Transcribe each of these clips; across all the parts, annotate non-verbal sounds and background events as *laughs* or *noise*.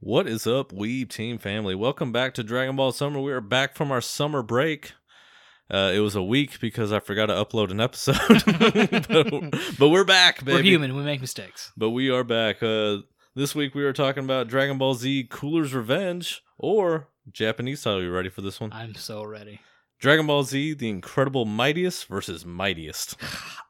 What is up, Weeb Team family? Welcome back to Dragon Ball Summer. We are back from our summer break. Uh, it was a week because I forgot to upload an episode, *laughs* but, but we're back, baby. We're human. We make mistakes. But we are back. Uh, this week we are talking about Dragon Ball Z Cooler's Revenge or Japanese title. You ready for this one? I'm so ready. *sighs* Dragon Ball Z: The Incredible Mightiest versus Mightiest.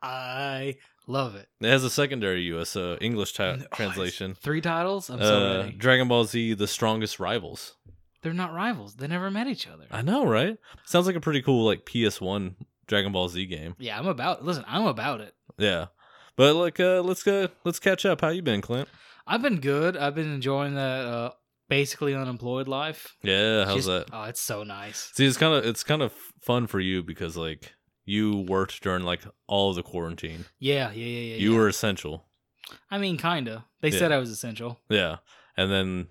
I love it. It has a secondary U.S. Uh, English ta- Oh, translation. it's Three titles. I'm so Uh, ready. Dragon Ball Z: The Strongest Rivals. They're not rivals. They never met each other. I know, right? Sounds like a pretty cool like PS1 Dragon Ball Z game. yeah, I'm about. Listen, I'm about it. Yeah. But like uh let's go let's catch up. How you been, Clint? I've been good. I've been enjoying that uh, basically unemployed life. Yeah, how's Just- that? Oh, it's so nice. See, it's kind of it's kind of fun for you because like you worked during like all of the quarantine. Yeah, yeah, yeah, yeah. you yeah. were essential. I mean, kinda. They Yeah. said I was essential. Yeah. And then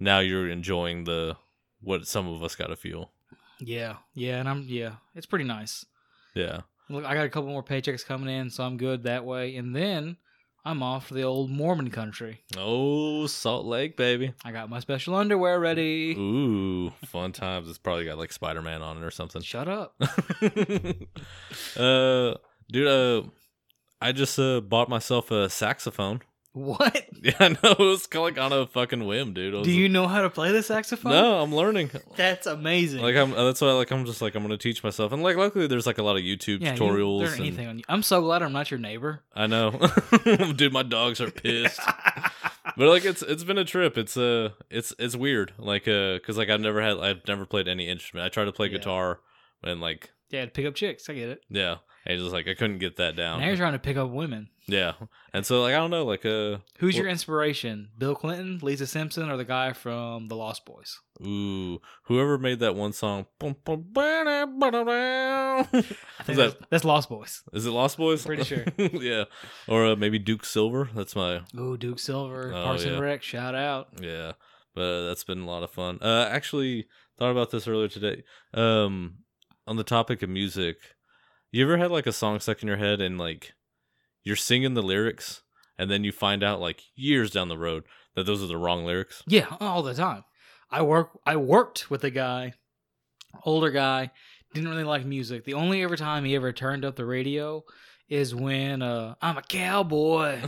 now you're enjoying the what some of us got to feel. Yeah, yeah, and I'm. Yeah, it's pretty nice. Yeah. Look, I got a couple more paychecks coming in, so I'm good that way. And then I'm off to the old Mormon country. Oh, Salt Lake, baby. I got my special underwear ready. Ooh, fun times. It's probably got like Spider-Man on it or something. Shut up. *laughs* uh, dude, uh, I just uh, bought myself a saxophone. *laughs* What? Yeah, I know it was kind of like on a fucking whim, dude. I was Do you like, know how to play the saxophone? No, I'm learning. That's amazing. Like I'm. uh, That's why. Like I'm just like I'm gonna teach myself. And like luckily, there's like a lot of YouTube yeah, tutorials. You, there ain't and- anything on you. I'm so glad I'm not your neighbor. I know, *laughs* dude. My dogs are pissed. but like it's it's been a trip. It's uh it's it's weird. Like uh, cause like I've never had I've never played any instrument. I tried to play Yeah. guitar and like *laughs* yeah, to pick up chicks. I get it. yeah, I just like I couldn't get that down. Now you're trying to pick up women. Yeah, and so like I don't know, like uh, Who's Well- your inspiration? Bill Clinton, Lisa Simpson, or the guy from The Lost Boys? ooh, whoever made that one song, Bum, bum, ba-da, ba-da, *laughs* down. I think Is that- that's, that's Lost Boys. is it Lost Boys? Pretty sure. *laughs* yeah, or uh, maybe Duke Silver. That's my Ooh, Duke Silver, Oh, Parks yeah. and Rec. Shout out. yeah. But uh, that's been a lot of fun. Uh, actually, thought about this earlier today. Um, on the topic of music, you ever had like a song stuck in your head and like you're singing the lyrics, and then you find out like years down the road that those are the wrong *laughs* lyrics. Yeah, all the time. I work. I worked with a guy, older guy, didn't really like music. The only ever time he ever turned up the radio is when uh, I'm *laughs* a cowboy.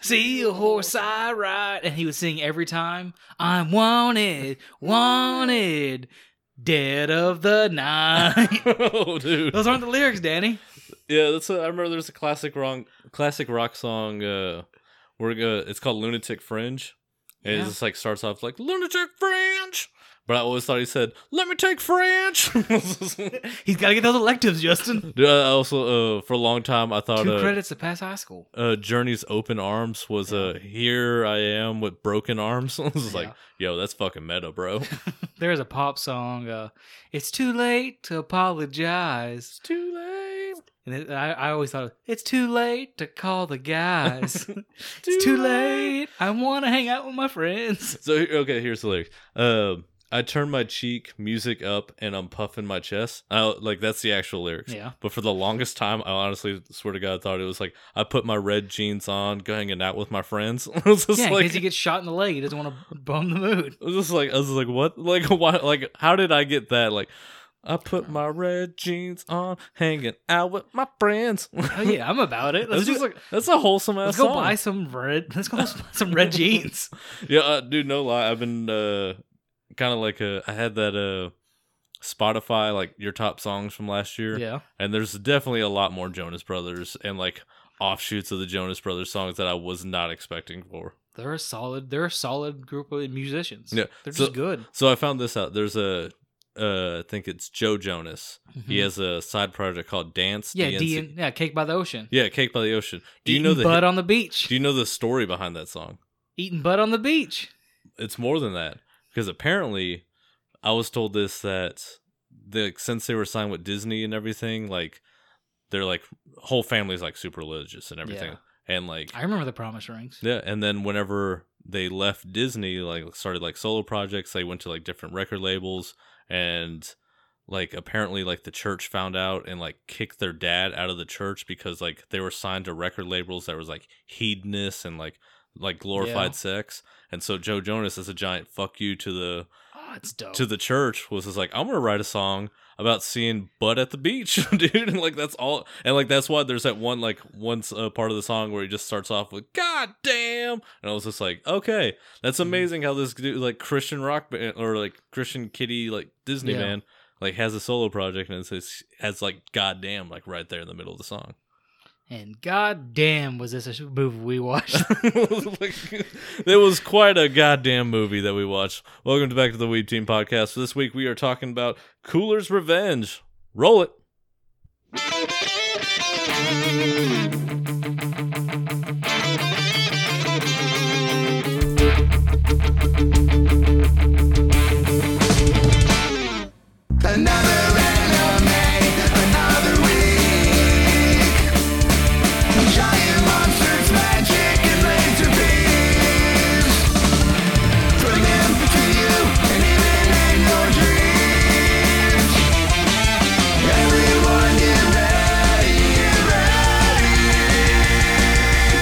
See a horse I ride, and he would sing every time. I'm wanted, wanted, dead of the *laughs* night. oh, dude. Those aren't the *laughs* lyrics, Danny. Yeah, that's. A, I remember there's a classic wrong classic rock song. Uh, where uh, it's called "Lunatic Fringe." And Yeah. it just like starts off like "Lunatic Fringe," but I always thought he said "Let me take *laughs* French." Dude, He's got to get those electives, Justin. I also uh, for a long time I thought Two uh, credits to pass high school. uh, Journey's "Open Arms" was uh, "Here I Am with Broken Arms." *laughs* I was just like, "Yo, that's fucking meta, bro." There is a pop song. Uh, it's too late to apologize. too late. And it, I, I always thought it's too late to call the *laughs* guys. it's too late. I want to hang out with my friends. So he- okay, here's the lyrics. Um, I turn my cheek, music up, and I'm puffing my chest. I, like that's the actual lyrics. *laughs* Yeah. But for the longest time, I honestly swear to God, thought it was like I put my red jeans on, go hanging out with my friends. *laughs* I was just yeah, in like, case he gets shot in the leg, he doesn't want to bum the mood. I was just like, I was like, what? Like, *laughs* why? Like, how did I get that? Like, I put my red jeans on, hanging out with my friends. *laughs* Oh yeah, I'm about it. that's Let's do just like that's a wholesome ass Let's song. go buy some red. *laughs* Let's go buy some red *laughs* jeans. Yeah, uh, dude, no lie. I've been uh, kind of like uh, I had that uh, Spotify like your top songs from last year, Yeah, and there's definitely a lot more Jonas Brothers and like offshoots of the Jonas Brothers songs that I was not expecting for. they're a solid. They're a solid group of musicians. Yeah, they're so- just good. So I found this out. There's a uh, I think it's Joe Jonas. He has a side project called Dance. Mm-hmm. yeah, DNC. D and, yeah, cake by the ocean. yeah, Cake by the Ocean. Do you Eating know the butt on the beach? Do you know the story behind that song? Eating butt on the beach. it's more than that because apparently I was told this that the since they were signed with Disney and everything, like they're like whole family's like super religious and everything, and like I remember the promise rings. yeah, and then whenever they left Disney, like started like solo projects, they went to like different record labels and like apparently like the church found out and like kicked their dad out of the church because like they were signed to record labels that was like hedonist and like like glorified Yeah. sex. And so Joe Jonas is a giant fuck you to the Oh, it's dope. to the church was just like, I'm gonna write a song about seeing butt at the beach, *laughs* dude. And like that's all and like that's why there's that one like once uh, part of the song where he just starts off with God damn and I was just like, Okay, that's Mhm. amazing how this dude like Christian rock band or like Christian kitty like Disney Yeah. man like has a solo project and it says has like God damn like right there in the middle of the song. and goddamn, was this a movie we *laughs* watched? it was quite a goddamn movie that we watched. Welcome to back to the Weeb Team podcast. This week we are talking about Cooler's Revenge. Roll it. Another anime, another week. Giant monsters, magic, and laser beams. From him to you, and even in your dreams. Everyone get ready, get ready.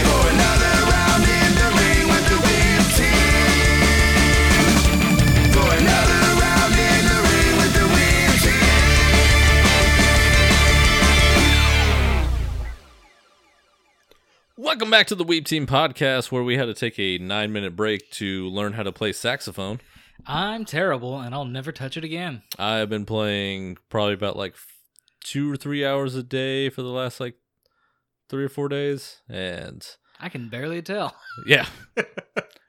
For another round in the ring with the Weeb Team. For another round in the ring with the Weeb Team. Welcome back to the Weeb Team podcast, where we had to take a nine minute break to learn how to play saxophone. I'm terrible, and I'll never touch it again. I have been playing probably about like f- two or three hours a day for the last like three or four days, and I can barely tell. *laughs* Yeah.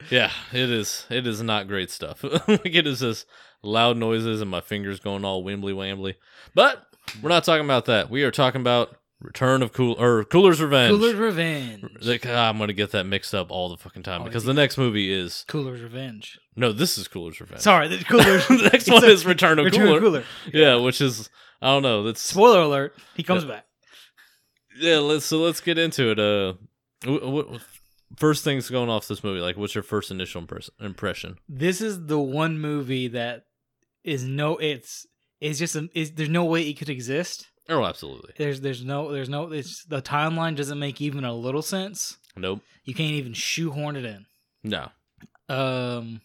yeah, it is it is not great stuff. *laughs* like it is just loud noises and my fingers going all wimbly wambly. But we're not talking about that. We are talking about Return of Cool or Cooler's Revenge. Cooler's Revenge. Like, ah, I'm gonna get that mixed up all the fucking time Oh, because yeah. the next movie is Cooler's Revenge. no, this is Cooler's Revenge. Sorry, the *laughs* Cooler's. the next It's one a- is Return of Return Cooler. of Cooler. Yeah, which is I don't know. That's Spoiler alert: He comes back. yeah. Let's so let's get into it. Uh, w- w- first things going off this movie. Like, what's your first initial impres- impression? This is the one movie that is no. It's it's just a, is there's no way it could exist. Oh, absolutely. There's there's no there's no it's the timeline doesn't make even a little sense. Nope. You can't even shoehorn it in. No. Um.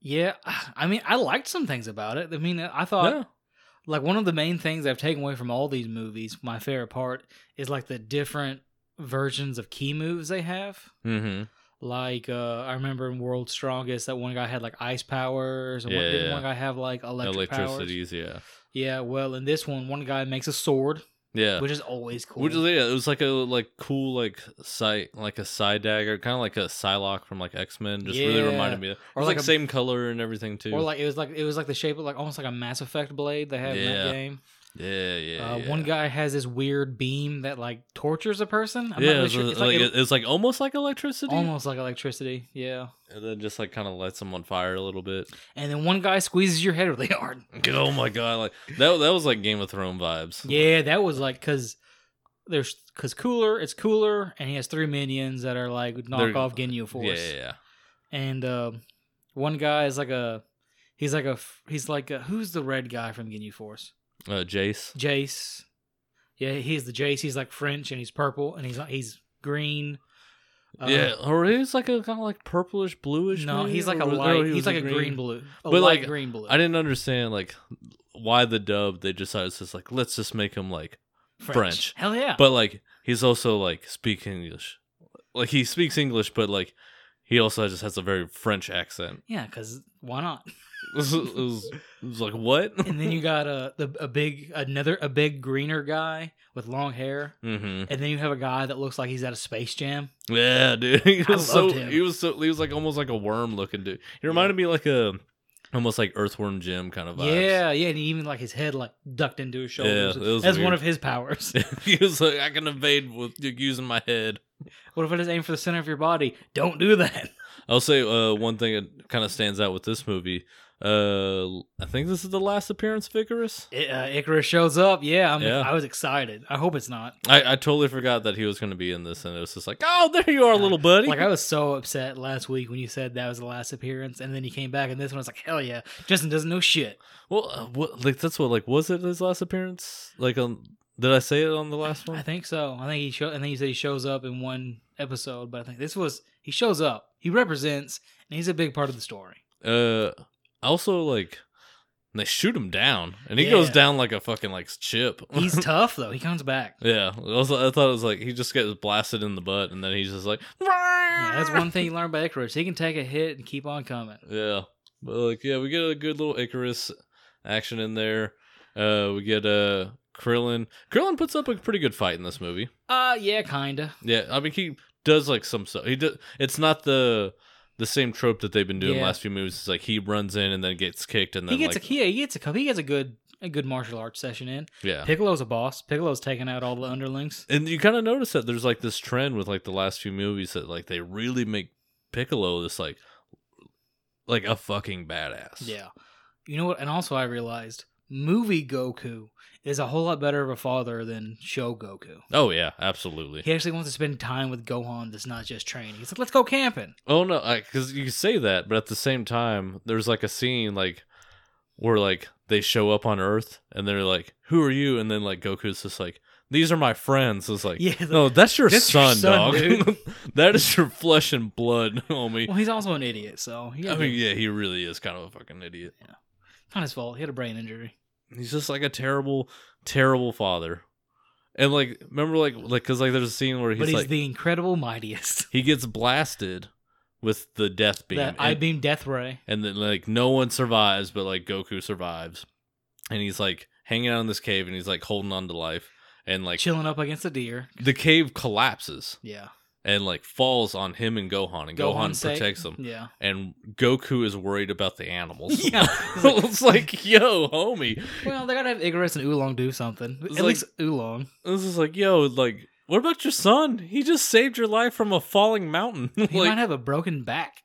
Yeah, *sighs* I mean, I liked some things about it. I mean, I thought Yeah. like one of the main things I've taken away from all these movies, my favorite part is like the different versions of key moves they have. Mm-hmm. Like uh, I remember in World's Strongest, that one guy had like ice powers, and Yeah, one, didn't yeah. one guy have like electric powers. Electricities, yeah. Yeah, well, in this one, one guy makes a sword, Yeah. which is always cool. Which is yeah, it was like a like cool like side like a side dagger, kind of like a Psylocke from like X Men. Just really Yeah. reminded me. Of, it Or was like like, a- same color and everything too. or like it was like it was like the shape of like almost like a Mass Effect blade they have in Yeah. that game. yeah, yeah, uh, yeah. One guy has this weird beam that like tortures a person. I'm yeah, not really it's, sure. like, It's like, it- it- it's like almost like electricity, almost like electricity. Yeah. and then just like kind of lights them on fire a little bit. and then one guy squeezes your head really *laughs* hard. Oh my god, like that that was like Game of Thrones vibes. Yeah, that was like because there's because cooler, it's cooler, and he has three minions that are like knockoff Ginyu Force, yeah, yeah, yeah. and um, one guy is like a he's like a f- he's like a, who's the red guy from Ginyu Force? Uh, Jace. Jace. Yeah, he's the Jace. He's like French and he's purple and he's like he's green. Uh, yeah, or he's like a kind of like purplish bluish. No, maybe? he's like a Or- no, light. he was he's like oh, a green, blue, a But, light like, green blue. I didn't understand like why the dub they decided it's just like let's just make him like French. Hell yeah! but like he's also like speak English. Like he speaks English but like he also just has a very French accent. *laughs* yeah, because why not? It was, it was- it was like what? *laughs* and then you got a the, a big another a big greener guy with long hair, Mhm. and then you have a guy that looks like he's at a space jam. Yeah, dude. *laughs* He I was so loved him. he was so he was like almost like a worm looking dude. He reminded me like a almost like earthworm Jim kind of vibes. Yeah, yeah, and even like his head like ducked into his shoulders. it was That's weird. one of his *laughs* powers. *laughs* he was like I can evade with using my head. what if I just aim for the center of your body? Don't do that. *laughs* I'll say uh, one thing that kind of stands out with this movie. Uh, I think this is the last appearance of Icarus. It, uh, Icarus shows up. Yeah, I'm, Yeah. I was excited. I hope it's not. I, I totally forgot that he was going to be in this, and it was just like, oh, there you are, little buddy. Like I was so upset last week when you said that was the last appearance, and then he came back, and this one I was like, hell yeah, Justin doesn't know shit. well, uh, what, like that's what like was it his last appearance? Like um, Did I say it on the last one? I think so. I think he show. I think he said he shows up in one episode, but I think this was he shows up. He represents, and he's a big part of the story. Uh, also like they shoot him down, and he goes Yeah. down like a fucking like chip. *laughs* He's tough though. He comes back. *laughs* yeah, I, was, I thought it was like he just gets blasted in the butt, and then he's just like, Yeah, that's one thing you learn about Icarus. He can take a hit and keep on coming. Yeah, but like yeah, we get a good little Icarus action in there. Uh, we get uh Krillin. Krillin puts up a pretty good fight in this movie. Uh, yeah, kinda. Yeah, I mean he does like some stuff. He does. It's not the the same trope that they've been doing Yeah. last few movies. It's like he runs in and then gets kicked and He then gets like a yeah, he gets a he gets a good a good martial arts session in. yeah. Piccolo's a boss. Piccolo's taking out all the underlings. And you kind of notice that there's like this trend with like the last few movies that like they really make Piccolo this like like a fucking badass. Yeah, you know what? And also, I realized movie Goku is a whole lot better of a father than show Goku. Oh yeah, absolutely. He actually wants to spend time with Gohan. That's not just training. He's like, let's go camping. Oh no, because you say that, but at the same time, there's like a scene like where like they show up on Earth and they're like, "Who are you?" And then like Goku's just like, "These are my friends." It's like, *laughs* Yeah, no, that's your that's your son, son, dog. *laughs* that is your flesh and blood, *laughs* homie. Well, he's also an idiot, so yeah, I mean, yeah, he really is kind of a fucking idiot. not his fault. He had a brain injury. He's just like a terrible, terrible father. And like, remember, like, like, cause like, there's a scene where he's, but he's like, the incredible mightiest. *laughs* he gets blasted with the death beam. That And- I beam death ray. and then like no one survives but like goku survives and he's like hanging out in this cave and he's like holding on to life and like chilling up against a deer. the cave collapses Yeah. and like falls on him and gohan and gohan, Gohan's sake. protects *laughs* him *laughs* Yeah. and goku is worried about the animals *laughs* Yeah. it's like yo homie Well, they gotta have Icarus and Oolong do something. At It's like- least Oolong. this is like yo like what about your son he just saved your life from a falling mountain *laughs* He might like have a broken back.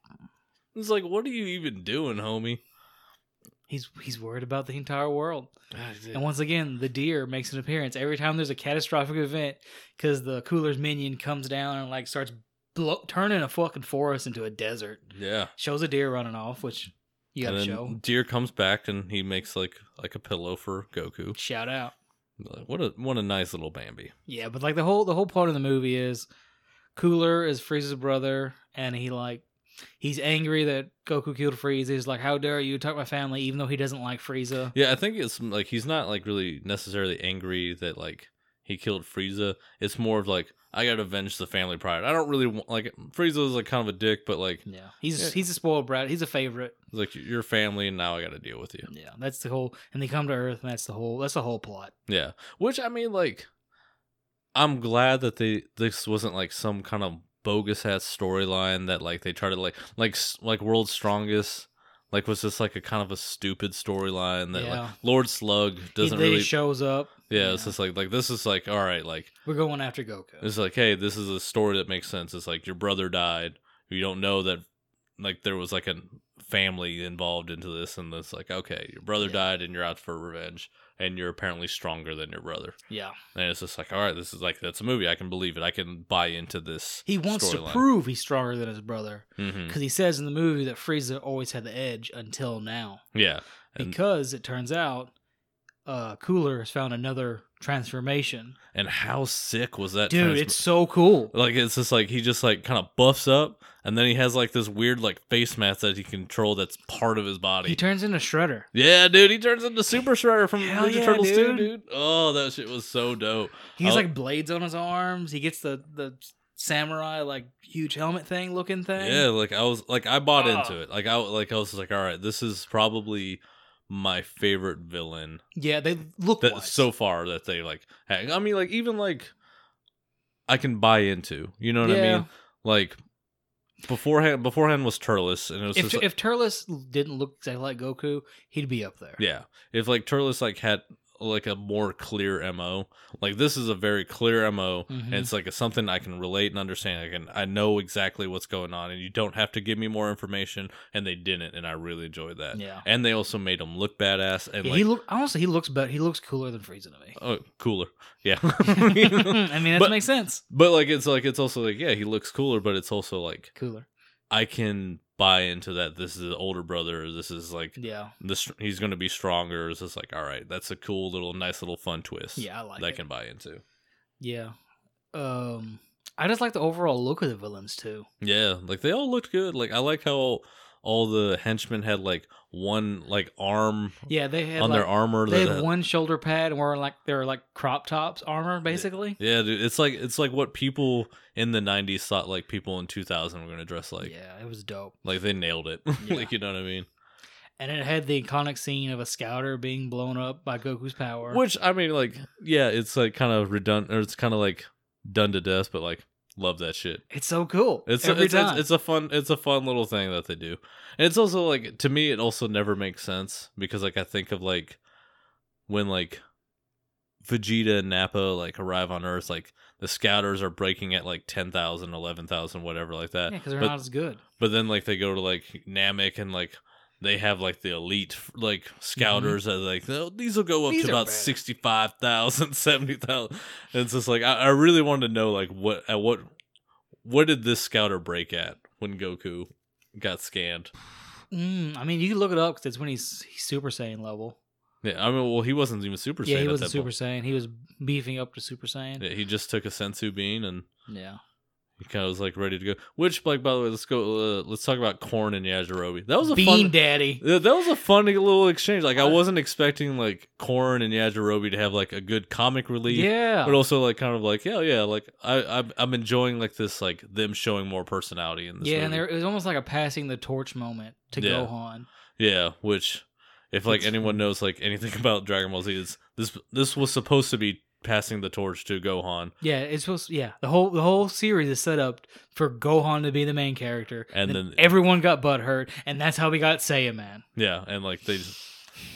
it's like what are you even doing homie He's he's worried about the entire world. And once again, the deer makes an appearance every time there's a catastrophic event because the cooler's minion comes down and like starts blow- turning a fucking forest into a desert. yeah Shows a deer running off, which you and gotta then *laughs* show. Deer comes back and he makes like like a pillow for Goku. Shout out. Like, what a what a nice little Bambi. Yeah, but like the whole the whole point of the movie is Cooler is Frieza's brother, and he like he's angry that Goku killed Frieza. He's like, "How dare you attack my family?" Even though he doesn't like Frieza. Yeah, I think it's like he's not like really necessarily angry that like he killed Frieza. It's more of like I gotta avenge the family pride. I don't really want like Frieza was like kind of a dick, but like Yeah, he's Yeah. he's a spoiled brat. He's a favorite. it's like your family, and now I gotta deal with you. Yeah, that's the whole. And they come to Earth, and that's the whole. That's the whole plot. Yeah, which I mean, like I'm glad that they this wasn't like some kind of bogus ass storyline that like they tried to like like s- like World's Strongest. Like was just like a kind of a stupid storyline that like Yeah. Lord Slug doesn't he, they really shows up. Yeah, it's Yeah. just like like this is like all right, like We're going after Goku. it's like hey, this is a story that makes sense. It's like your brother died. You don't know that like there was like a family involved into this, and it's like okay, your brother Yeah. died, and you're out for revenge, and you're apparently stronger than your brother. Yeah, And it's just like all right, this is like that's a movie. I can believe it. I can buy into this. he wants to storyline. prove he's stronger than his brother Mhm. because he says in the movie that Frieza always had the edge until now. Yeah, and because it turns out uh cooler has found another transformation and how sick was that? dude transm- it's so cool Like it's just like he just like kind of buffs up, and then he has like this weird like face mask that he control that's part of his body. he turns into shredder Yeah, dude, he turns into Super Shredder from Hell Ninja yeah, Turtles 2, dude. dude. Oh, that shit was so dope. he's I'll- like blades on his arms he gets the the samurai like huge helmet thing looking thing Yeah, like I was like I bought Ah. into it. Like I like I was like, all right, this is probably my favorite villain yeah they look that wise. so far that they like. Had. I mean, like even like I can buy into. You know what I Yeah. mean? Like beforehand, beforehand was Turles, and it was if, just like- if turles didn't look exactly like goku he'd be up there yeah. If like Turles like had like a more clear mo, like this is a very clear mo. Mhm. and it's like it's something I can relate and understand. I can I know exactly what's going on, and you don't have to give me more information. And they didn't, and I really enjoyed that. yeah, And they also made him look badass and Yeah, like he look honestly he looks better he looks cooler than frieza to *laughs* me oh, cooler. *laughs* Yeah, *laughs* i mean that But- makes sense but like it's like it's also like yeah, he looks cooler, but it's also like cooler I can buy into that this is the older brother, this is like Yeah. this he's going to be stronger. It's just like, all right, that's a cool little nice little fun twist. Yeah, I like that I it. can buy into. Yeah. Um I just like the overall look of the villains too. Yeah, like they all looked good. Like I like how all the henchmen had like one like arm Yeah, they had on like, their armor they that uh, had one shoulder pad and were like they're like crop tops armor basically. Yeah, dude, it's like it's like what people in the '90s thought like people in 2000 were gonna dress like. yeah, it was dope. Like they nailed it. *laughs* Yeah. like you know what I mean. And it had the iconic scene of a scouter being blown up by Goku's power. Which I mean, like yeah, it's like kind of redundant, or it's kind of like done to death, but like love that shit. it's so cool. It's a, Oh, every it's, time. it's it's a fun it's a fun little thing that they do. And it's also like to me it also never makes sense because like I think of like when like Vegeta and Nappa like arrive on Earth like the scouters are breaking at like 10,000, 11,000 whatever like that. yeah, because they're but- not as good. But then like they go to like Namek and like they have like the elite like scouters that like "No, these will go up Mm-hmm. These to are about bad." 65,000, *laughs* 70,000. And it's just like I, I really wanted to know like what at what what did this scouter break at when Goku got scanned? Mm, I mean, you can look it up because it's when he's, he's Super Saiyan level. Yeah, I mean well he wasn't even Super yeah, Saiyan he at wasn't that Super point. Saiyan. He was beefing up to Super Saiyan. Yeah, he just took a sensu bean and yeah. he kind of was like ready to go. Which like by the way, let's go uh, let's talk about Corn and Yajirobe. That was a Bean fun Daddy. Yeah, that was a funny little exchange. Like I I- wasn't expecting like Corn and Yajirobe to have like a good comic relief, Yeah. but also like kind of like yeah, yeah. Like I, I'm I'm enjoying like this like them showing more personality in this. Yeah, and movie. there, it was almost like a passing the torch moment to Yeah. Gohan. yeah. Which if like It's- anyone knows like anything *laughs* about Dragon Ball Z, is this this was supposed to be passing the torch to Gohan, Yeah, it's supposed. Yeah, the whole the whole series is set up for Gohan to be the main character, And then- everyone got butthurt, and that's how we got Saiyan Man. yeah, and like they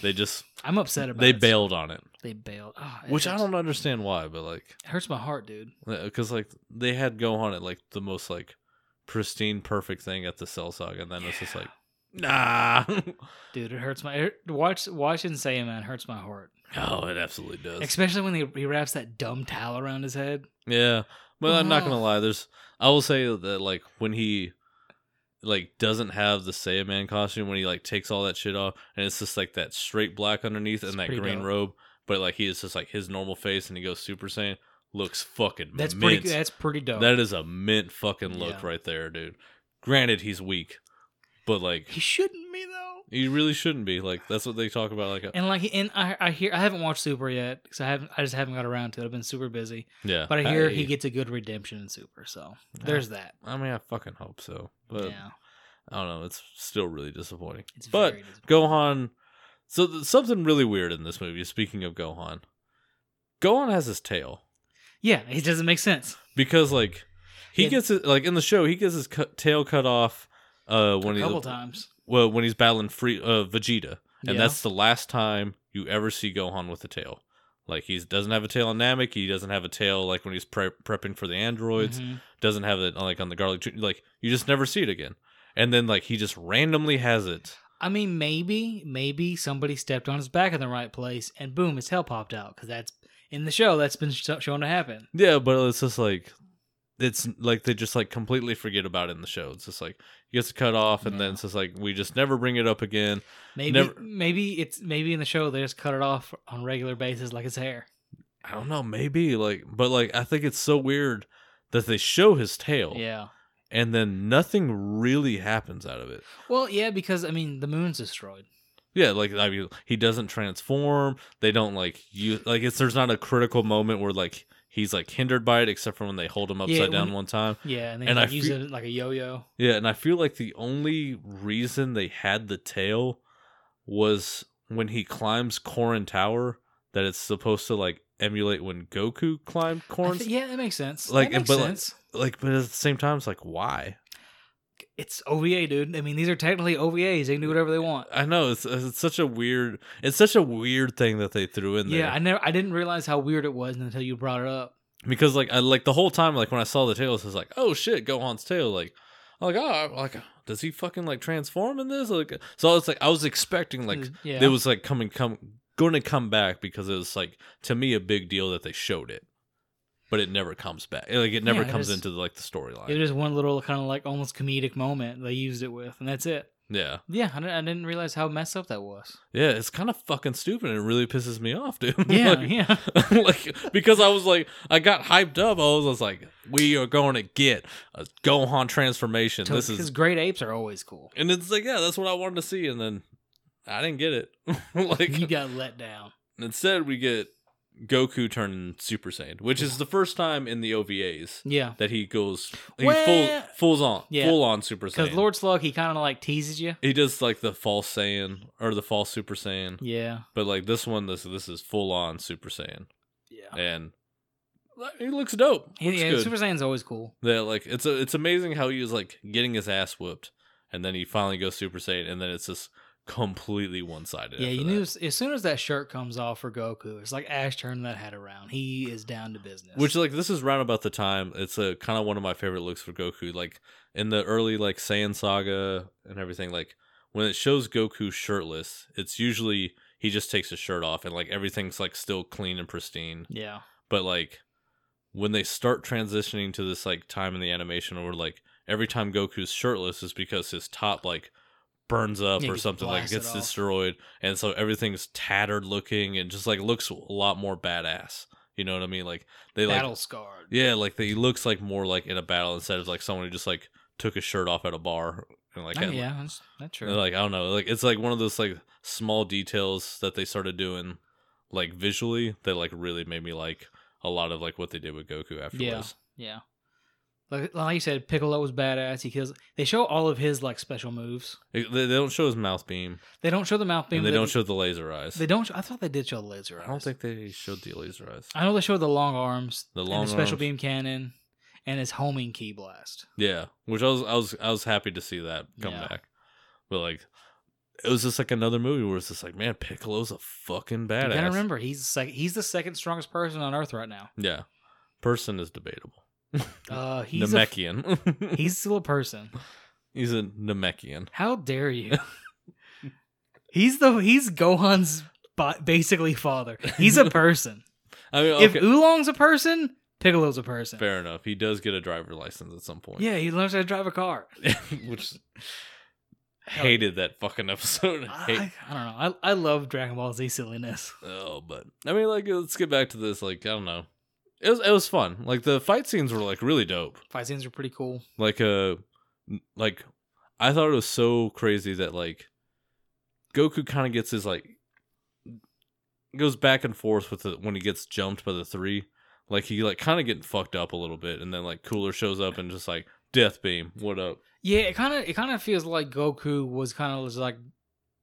they just I'm upset about they it. bailed on it, They bailed. Ah, it which I hurts- don't understand why, but like It hurts my heart, dude. because Uh, like they had Gohan at like the most like pristine, perfect thing at the Cell Saga, and then it's just like, nah. *laughs* Dude, it hurts my. It, watch watching Saiyan Man hurts my heart, oh, it absolutely does. especially when he, he wraps that dumb towel around his head. yeah, but I'm not Ugh. gonna lie. There's, I will say that like when he like doesn't have the Saiyan Man costume, when he like takes all that shit off, and it's just like that straight black underneath It's and that pretty green dope. robe, but like he is just like his normal face, and he goes Super Saiyan. Looks fucking That's mint. pretty. That's pretty dope. That is a mint fucking look Yeah. right there, dude. Granted, he's weak, but like he shouldn't be though. He really shouldn't be. Like that's what they talk about. Like uh, And like, he- and I, I hear I haven't watched Super yet because I haven't. I just haven't got around to it. I've been super busy. yeah, But I hear Hey. he gets a good redemption in Super, so there's that. I mean, I fucking hope so. But yeah, I don't know. It's still really disappointing. it's but very disappointing. Gohan. So th- something really weird in this movie. Speaking of Gohan, Gohan has his tail yeah, it doesn't make sense. because like he Yeah. gets it like in the show he gets his cut tail cut off uh when a he couple times, well when he's battling free uh Vegeta and Yeah. that's the last time you ever see Gohan with a tail. Like he doesn't have a tail on Namek. He doesn't have a tail like when he's pre- prepping for the androids. Mhm. doesn't have it like on the garlic tree. Like you just never see it again. And then like he just randomly has it. I mean, maybe, maybe somebody stepped on his back in the right place, and boom, his tail popped out. Because that's in the show. That's been sh- shown to happen. Yeah, but it's just like it's like they just like completely forget about it in the show. It's just like he gets cut off, and then Yeah. it's just like we just never bring it up again. Maybe, Never- maybe it's maybe in the show they just cut it off on a regular basis, like his hair. I don't know, maybe like, but like I think it's so weird that they show his tail, Yeah. and then nothing really happens out of it. Well, yeah, because I mean, the moon's destroyed. Yeah, like I mean, he doesn't transform. They don't like you. Like it's there's not a critical moment where like he's like hindered by it, except for when they hold him upside Yeah, down when- one time. Yeah, and they And like, I use feel- it like a yo-yo. Yeah, and I feel like the only reason they had the tail was when he climbs Corrin Tower. That it's supposed to like emulate when Goku climbed I Corrin. thi- yeah, that makes sense. Like, Like, that makes but, like- sense. Like, but at the same time, it's like why? it's OVA, dude. I mean, these are technically OVAs. They can do whatever they want. I know it's it's such a weird it's such a weird thing that they threw in there. Yeah, I never, I didn't realize how weird it was until you brought it up. because like I like the whole time like when I saw the tail, it was like oh shit, Gohan's tail. Like I'm like oh like does he fucking like transform in this? Like so it's like I was expecting like Mm, yeah, it was like coming come going to come back because it was like to me a big deal that they showed it. but it never comes back. Like it never Yeah, it comes is- into like the storyline. It was one little kind of like almost comedic moment they used it with, and that's it. yeah, Yeah, I didn't, I didn't realize how messed up that was. yeah, it's kind of fucking stupid. and It really pisses me off, dude. *laughs* Yeah, Like- *laughs* yeah. like because I was like I got hyped up. I was, I was like, we are going to get a Gohan transformation. Because This is great apes are always cool. and it's like yeah, that's what I wanted to see, and then I didn't get it. *laughs* like you got let down. instead we get Goku turning Super Saiyan, which is the first time in the OVAs Yeah, that he goes he Well- full fulls on Yeah. full on Super because Saiyan. Lord Slug he kind of like teases you. he does like the false Saiyan or the false Super Saiyan, Yeah, but like this one, this this is full on Super Saiyan, yeah. and he looks dope. He- Looks yeah, good. Super Saiyan's always cool. That like it's a, it's amazing how he was like getting his ass whooped, and then he finally goes Super Saiyan, and then it's just completely one sided. Yeah, you knew as, as soon as that shirt comes off for Goku, it's like Ash turning that head around. He is down to business. Which like this is round about the time. It's a kind of one of my favorite looks for Goku. Like in the early like Saiyan saga and everything. Like when it shows Goku shirtless, it's usually he just takes his shirt off and like everything's like still clean and pristine. yeah, But like when they start transitioning to this like time in the animation where like every time Goku's shirtless is because his top like burns up Yeah, or gets something like blasted gets off. destroyed and so everything's tattered looking and just like looks a lot more badass. You know what I mean? Like they like battle scarred. yeah, like that he looks like more like in a battle instead of like someone who just like took his shirt off at a bar and like Oh, had, yeah, that's, that's true. like I don't know, like it's like one of those like small details that they started doing like visually that like really made me like a lot of like what they did with Goku afterwards. yeah, like, like you said, Piccolo was badass. He kills. They show all of his like special moves. It- They, they don't show his mouth beam They don't show the mouth beam. and they don't show the laser eyes. They don't. Show, I thought they did show the laser. I don't eyes. think they showed the laser eyes. I know they showed the long arms, The and long his special arms. beam cannon, and his homing key blast. Yeah, which I was I was I was happy to see that come Yeah. back, but like it was just like another movie where it's just like man, Piccolo's a fucking badass. You gotta remember, he's the sec- he's the second strongest person on Earth right now. Yeah. Person is debatable. Uh, he's a, Namekian. he's still a person. *laughs* He's a Namekian. How dare you? *laughs* he's the he's Gohan's bo- basically father. *laughs* He's a person. I mean, If okay, Oolong's a person, Piccolo's a person. fair enough. He does get a driver license at some point. Yeah, he learns how to drive a car. *laughs* Which Hell hated that fucking *laughs* episode. I, Hate- I, I don't know. I, I love Dragon Ball Z silliness. oh, but I mean, like, let's get back to this. Like, I don't know. It was it was fun. Like the fight scenes were like really dope. Fight scenes are pretty cool. like uh n- like i thought it was so crazy that like goku kind of gets his like goes back and forth with it when he gets jumped by the three like he like kind of getting fucked up a little bit and then like cooler shows up and just like death beam what up Yeah, it kind of it kind of feels like Goku was kind of just like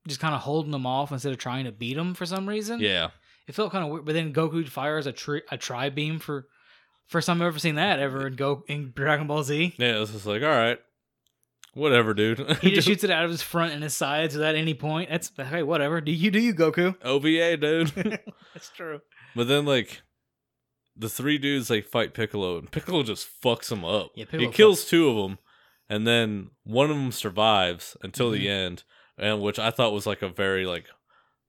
just kind of holding them off instead of trying to beat them for some reason. yeah it felt kind of weird. But then Goku fires a tri- a tri beam for first time I've ever seen that ever in Go in Dragon Ball Z. yeah it's just like all right whatever dude *laughs* He just shoots it out of his front and his sides without any point. That's hey, whatever. Do you do you Goku? ova dude *laughs* That's true. but then like the three dudes like fight piccolo and piccolo just fucks him up Yeah, Piccolo he kills two of them and then one of them survives until the Mm-hmm. end and which i thought was like a very like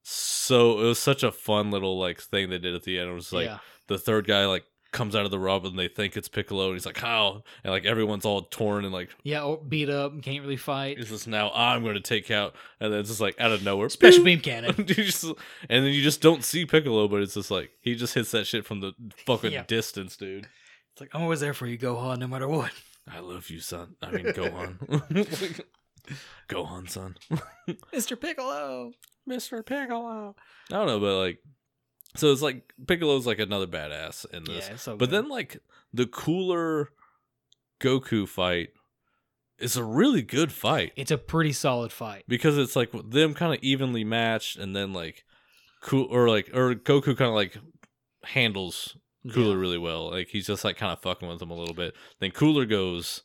so it was such a fun little like thing they did at the end it was like yeah, the third guy like comes out of the rub and they think it's piccolo and he's like how and like everyone's all torn and like yeah, or beat up and can't really fight. it's just now i'm going to take out and then it's just like out of nowhere Special boop. *laughs* beam cannon. You just- and then you just don't see Piccolo, but it's just like he just hits that shit from the fucking Yeah. distance, dude. It's like I'm always there for you, Gohan, no matter *laughs* what. I love you, son. I mean, *laughs* *laughs* Gohan. Gohan, son. Mr. Piccolo. Mr. Piccolo. I don't know, but like, so it's like Piccolo's like another badass in Yeah, this. it's so But good. then, like, the cooler Goku fight is a really good fight. it's a pretty solid fight. because it's like them kind of evenly matched, and then like cool or like or Goku kind of like handles Cooler Yeah. really well. Like he's just like kind of fucking with him a little bit. Then Cooler goes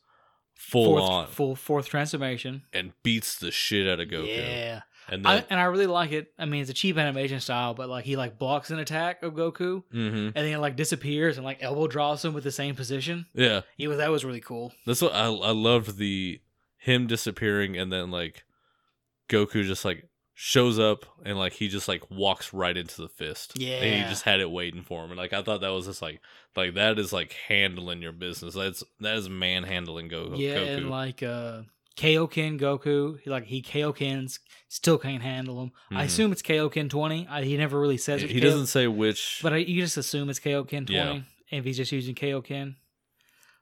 full fourth, on full fourth transformation. and beats the shit out of Goku, Yeah. and I, then and I really like it. I mean, it's a cheap animation style, but like he like blocks an attack of Goku, Mhm. and then he like disappears and like elbow draws him with the same position. yeah, It was that was really cool. that's what I I loved the him disappearing and then like Goku just like shows up and like he just like walks right into the fist. and Yeah. he just had it waiting for him. And like I thought that was just like like that is like handling your business. That's that is manhandling Go- yeah, Goku. and like uh, Kaioken Goku, he, like he Kaiokens still can't handle him. I Mhm. assume it's Kaioken twenty. I, he never really says Yeah, it. he doesn't say which. but I, you just assume it's Kaioken twenty Yeah. if he's just using Kaioken.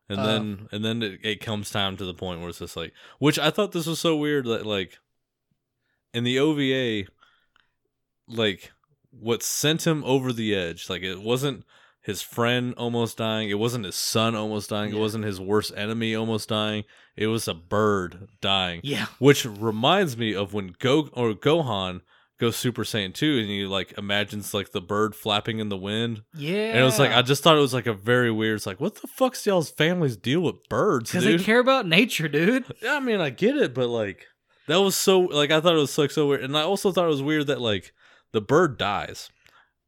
and uh, then and then it, it comes time to the point where it's just like which I thought this was so weird that like in the OVA like what sent him over the edge like it wasn't his friend almost dying it wasn't his son almost dying Yeah. it wasn't his worst enemy almost dying it was a bird dying Yeah, which reminds me of when Go or Gohan goes Super Saiyan 2 and he like imagines like the bird flapping in the wind yeah. and it was like I just thought it was like a very weird. It's like what the fuck's y'all's families deal with birds, because they dude? care about *laughs* nature, dude. Yeah, *laughs* I mean, I get it, but like that was so like I thought it was like so weird, and I also thought it was weird that like the bird dies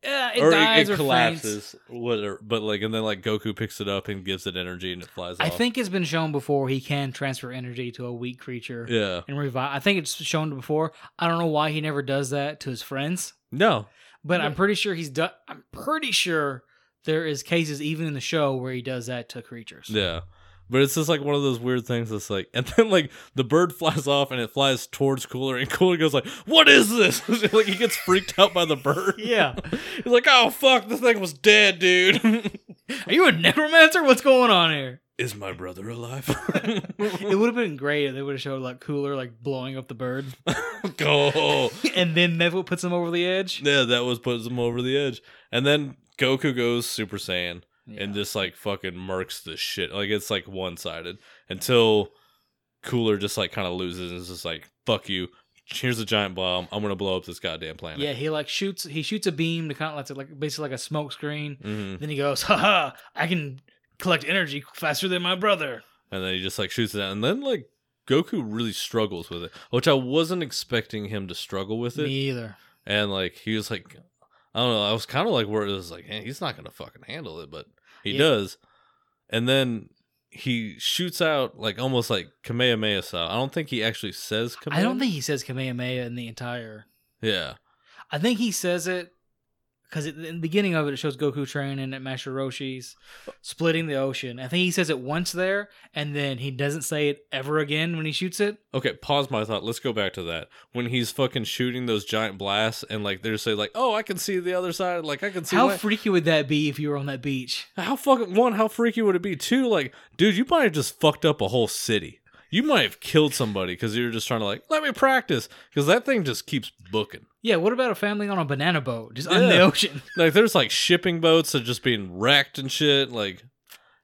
Yeah, it or dies it, or it faints. collapses, whatever. But like and then like Goku picks it up and gives it energy and it flies I off. think it's been shown before he can transfer energy to a weak creature yeah, and revive. I think it's shown before. I don't know why he never does that to his friends. no, But I'm Yeah. pretty sure he's done. I'm pretty sure there is cases even in the show where he does that to creatures. Yeah. But it's just like one of those weird things that's like *laughs* and then like the bird *laughs* flies off and it flies towards Cooler and Cooler goes like, What is this? *laughs* like he gets freaked out by the bird. Yeah. He's like, Oh fuck, this thing was dead, dude. *laughs* Are *laughs* you a necromancer? What's going on here? is my brother alive? *laughs* It would have been great if they would have showed like Cooler like blowing up the bird, *laughs* Go. and then that's what puts him over the edge. Yeah, that was puts him over the edge. And then Goku goes Super Saiyan. and Yeah. just like fucking murks the shit. Like it's like one sided until Cooler just like kind of loses and is just like, fuck you. Here's a giant bomb. I'm gonna blow up this goddamn planet. yeah, he like shoots. He shoots a beam to kind of like, like basically like a smoke screen. hmm Then he goes, "Ha ha! I can collect energy faster than my brother." And then he just like shoots it out. And then like Goku really struggles with it, which I wasn't expecting him to struggle with Me it. either. And like he was like, I don't know. I was kind of like worried. I was like, man, he's not gonna fucking handle it, but he Yeah. does. And then he shoots out like almost like Kamehameha style. I don't think he actually says Kamehameha. I don't think he says Kamehameha in the entire Yeah. I think he says it because in the beginning of it, it shows Goku training at Master Roshi's, splitting the ocean. I think he says it once there, and then he doesn't say it ever again when he shoots it. Okay, pause my thought. Let's go back to that. When he's fucking shooting those giant blasts and like they're saying like, "Oh, I can see the other side." Like I can see How land." freaky would that be if you were on that beach? how fucking one, how freaky would it be? Two, like, dude, you might have just fucked up a whole city. You might have killed somebody because you were just trying to like, let me practice because that thing just keeps booking. Yeah, what about a family on a banana boat just on the Yeah. ocean? Like there's like shipping boats that are just being wrecked and shit. Like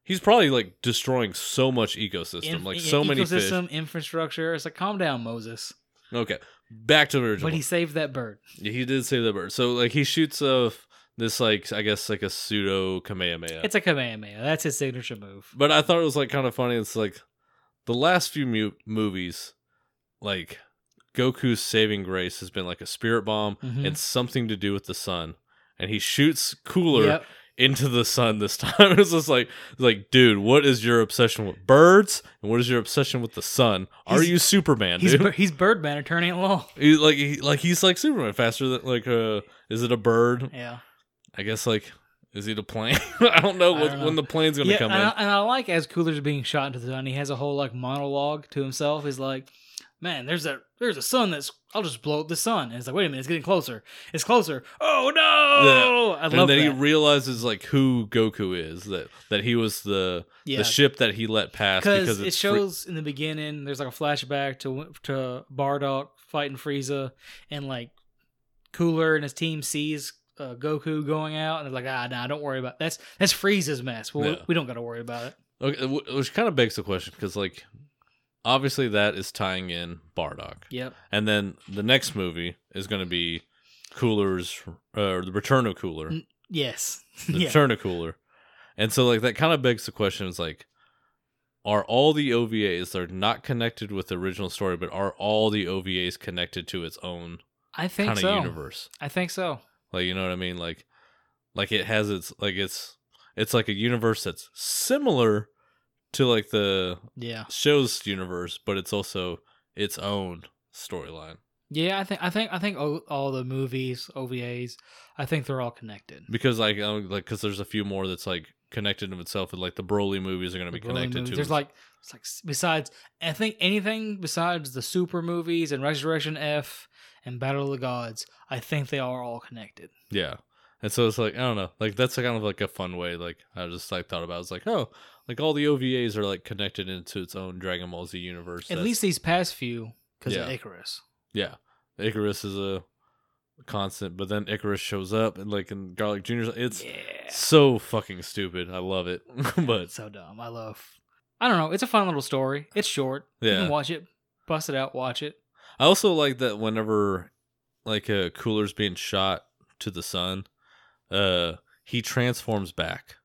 he's probably like destroying so much ecosystem, In- like in- so many fish. ecosystem, infrastructure. It's like calm down, Moses. Okay, back to the original. But he saved that bird. Yeah, he did save that bird. So like he shoots off this like I guess like a pseudo Kamehameha. It's a Kamehameha. That's his signature move. but I thought it was like kind of funny. It's like the last few mu- movies, like Goku's saving grace has been like a spirit bomb Mhm. and something to do with the sun. And he shoots Cooler Yep. into the sun this *laughs* time. it's just like, it's like, dude, what is your obsession with birds? And what is your obsession with the sun? Are He's- you Superman, He's, dude? bir- he's Birdman, attorney at law. *laughs* He- like, he, like he's like Superman, faster than like, uh, is it a bird? Yeah. I guess like is he the plane? *laughs* I don't know, I what, don't know. when the plane's gonna yeah, come and, in. I, and I like as Cooler's being shot into the sun, he has a whole like monologue to himself. He's like, "Man, there's a there's a sun that's I'll just blow up the sun." And it's like, "Wait a minute, it's getting closer. It's closer. Oh no!" I and love then that. he realizes like who Goku is that that he was the yeah, the ship that he let pass because because it it's shows in the beginning. There's like a flashback to to Bardock fighting Frieza, and like Cooler and his team sees. Uh, Goku going out and they're like, ah, nah, don't worry about that's that's Frieza's mess. Well, Yeah. we don't got to worry about it. free- okay, wh- which kind of begs the question because like obviously that is tying in Bardock, Yep. and then the next movie is gonna be Cooler's uh, the Return of Cooler, Mm, *laughs* Yes. the yeah. Return of Cooler, and so like that kind of begs the question is like. Are all the OVAs they're not connected with the original story, but are all the OVAs connected to its own I think kind of so. universe. I think so. Like you know what I mean? Like like it has its like it's it's like a universe that's similar to like the Yeah. show's universe, but it's also its own storyline. Yeah, I think I think I think all, all the movies OVAs, I think they're all connected. because like I'm, like because there's a few more that's like connected of itself and like the Broly movies are gonna be The Broly connected movies. to. There's like it's like s- besides I think anything besides the super movies and Resurrection F and Battle of the Gods, I think they are all connected. yeah, and so it's like I don't know, like that's kind of like a fun way. Like I just like thought about, it. it's like oh, like all the OVAs are like connected into its own Dragon Ball Z universe. At that's- least these past few because Yeah. of Icarus. yeah, Icarus is a constant, but then Icarus shows up and like in Garlic Junior, it's yeah. so fucking stupid. I love it, *laughs* but It's so dumb. I love. I don't know. It's a fun little story. It's short. You Yeah. can watch it. Bust it out. Watch it. I also like that whenever like a cooler's being shot to the sun, uh he transforms back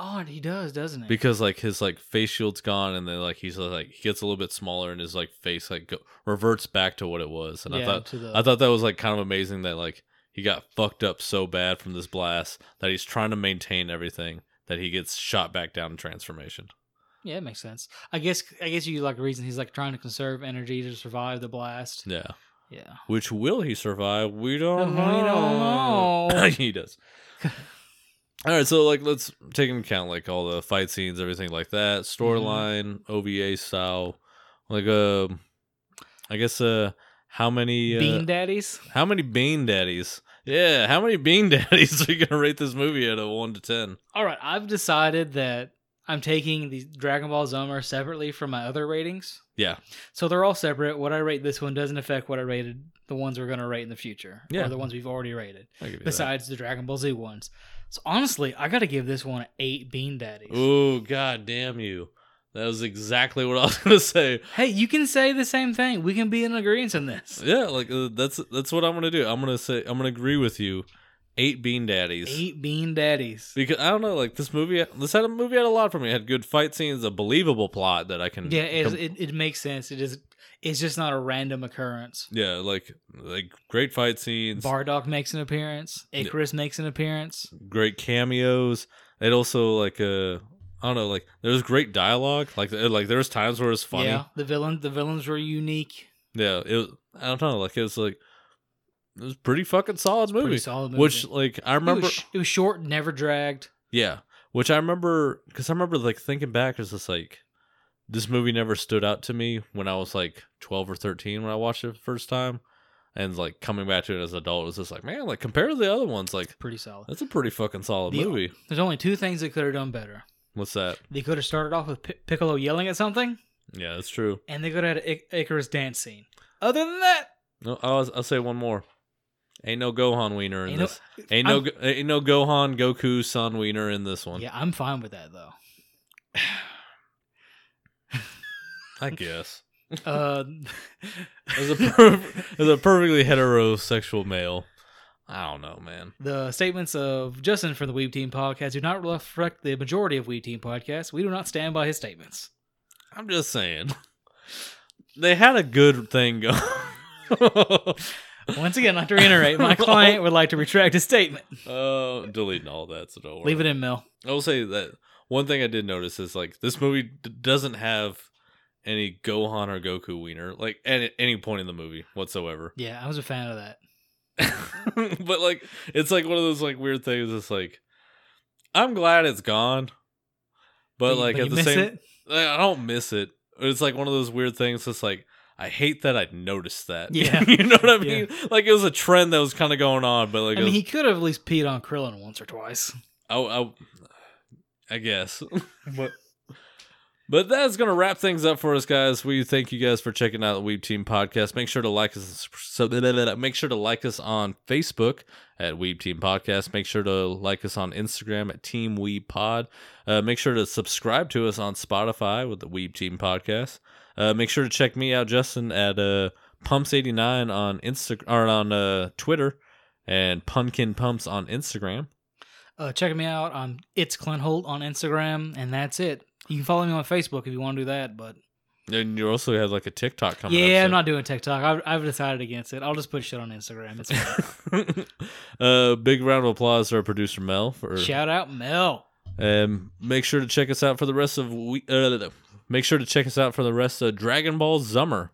Oh, and he does, doesn't it? because like his like face shield's gone and then like he's like he gets a little bit smaller and his like face like go- reverts back to what it was and I thought to the, I thought that was like kind of amazing that like he got fucked up so bad from this blast that he's trying to maintain everything that he gets shot back down in transformation. yeah, it makes sense. I guess I guess you like reason he's like trying to conserve energy to survive the blast. Yeah. *laughs* Yeah. Which will he survive? We don't We know. don't *laughs* *laughs* know. he does. all right, so like let's take into account like all the fight scenes, everything like that, Mm-hmm. storyline, OVA style, like um, I guess uh, how many uh, Bean daddies. how many bean daddies? Yeah, how many bean *laughs* daddies are you gonna rate this movie out of one to ten? All right, I've decided that I'm taking the Dragon Ball Zomer separately from my other ratings. Yeah, So they're all separate. What I rate this one doesn't affect what I rated the ones we're going to rate in the future. Yeah. Or the ones we've already rated. I give you besides the Dragon Ball Z ones. So honestly, I gotta give this one eight bean daddies. that. Ooh, god damn you! That was exactly what I was *laughs* gonna say. Hey, you can say the same thing. We can be in agreement on this. Yeah, like uh, that's that's what I'm gonna do. I'm gonna say I'm gonna agree with you. Eight bean daddies. Eight bean daddies. Because I don't know, like this movie, this had a movie had a lot for me. It had good fight scenes, a believable plot that I can. Yeah, it, com- it, it makes sense. It is. It's just not a random occurrence. yeah, like like great fight scenes, Bardock makes an appearance. Yeah. Icarus makes an appearance. great cameos. It also like uh, I don't know, like there's great dialogue. Like uh, like there was times where it's funny. Yeah, Yeah, the villain. The villains were unique. it. Was, I don't know, like it was like it was pretty fucking solid movie. Pretty solid movie. Which like I It remember, was, sh- it was short, never dragged. yeah, which I remember because I remember like thinking back, it's just like. This movie never stood out to me when I was like 12 or 13 when I watched it the first time. and like coming back to it as an adult was just like, man, like compared to the other ones, like Pretty solid. that's a pretty fucking solid The- movie. There's only two things they could have done better. What's that? They could have started off with Pi Piccolo yelling at something, Yeah, that's true. and they could have had an I- Icarus dance scene. Other than that, No, I'll, I'll say one more. Ain't no Gohan wiener in Ain't no- this. ain't no, Go- ain't no Gohan Goku Son wiener in this one. Yeah, I'm fine with that though. *laughs* I *laughs* guess. Uh, As a per- as a perfectly heterosexual male, I don't know, man. the statements of Justin from the Weeb Team podcast do not reflect the majority of Weeb Team podcasts. We do not stand by his statements. I'm just saying. They had a good thing going. Once again, I have to reiterate, my client would like to retract his statement. *laughs* uh, deleting all that, so don't worry. Leave it in, Mel. I will say that one thing I did notice is like this movie d- doesn't have any Gohan or Goku wiener like at any point in the movie whatsoever. *laughs* Yeah, I was a fan of that. but like it's like one of those like weird things. It's like I'm glad it's gone, but you- like you at the miss same, it? like, I don't miss it. It's like one of those weird things. It's like I hate that I noticed that. *laughs* Yeah. you know what I mean. Like it was a trend that was kind of going on, but like I it mean, was- he could have at least peed on Krillin once or twice. I, Oh, I, I guess. but, *laughs* but that's going to wrap things up for us, guys. We thank you guys for checking out the Weeb Team podcast. Make sure to like us. So, blah, blah, blah. make sure to like us on Facebook at Weeb Team Podcast. Make sure to like us on Instagram at Team Weeb Pod. Uh, make sure to subscribe to us on Spotify with the Weeb Team Podcast. Uh, make sure to check me out, Justin, at uh, Pumps89 on Insta or on uh, Twitter and Pumpkin Pumps on Instagram. Uh, check me out. on it's Clint Holt on Instagram, and that's it. You can follow me on Facebook if you want to do that, but And you also have like a TikTok coming yeah, I'm up. not *laughs* doing TikTok. I've, I've decided against it. I'll just put shit on Instagram. *laughs* It's fine. so- *laughs* uh, big round of applause to our producer Mel for. Shout out Mel. Um, make sure to check us out for the rest of we. Uh, make sure to check us out for the rest of Dragon Ball Zummer.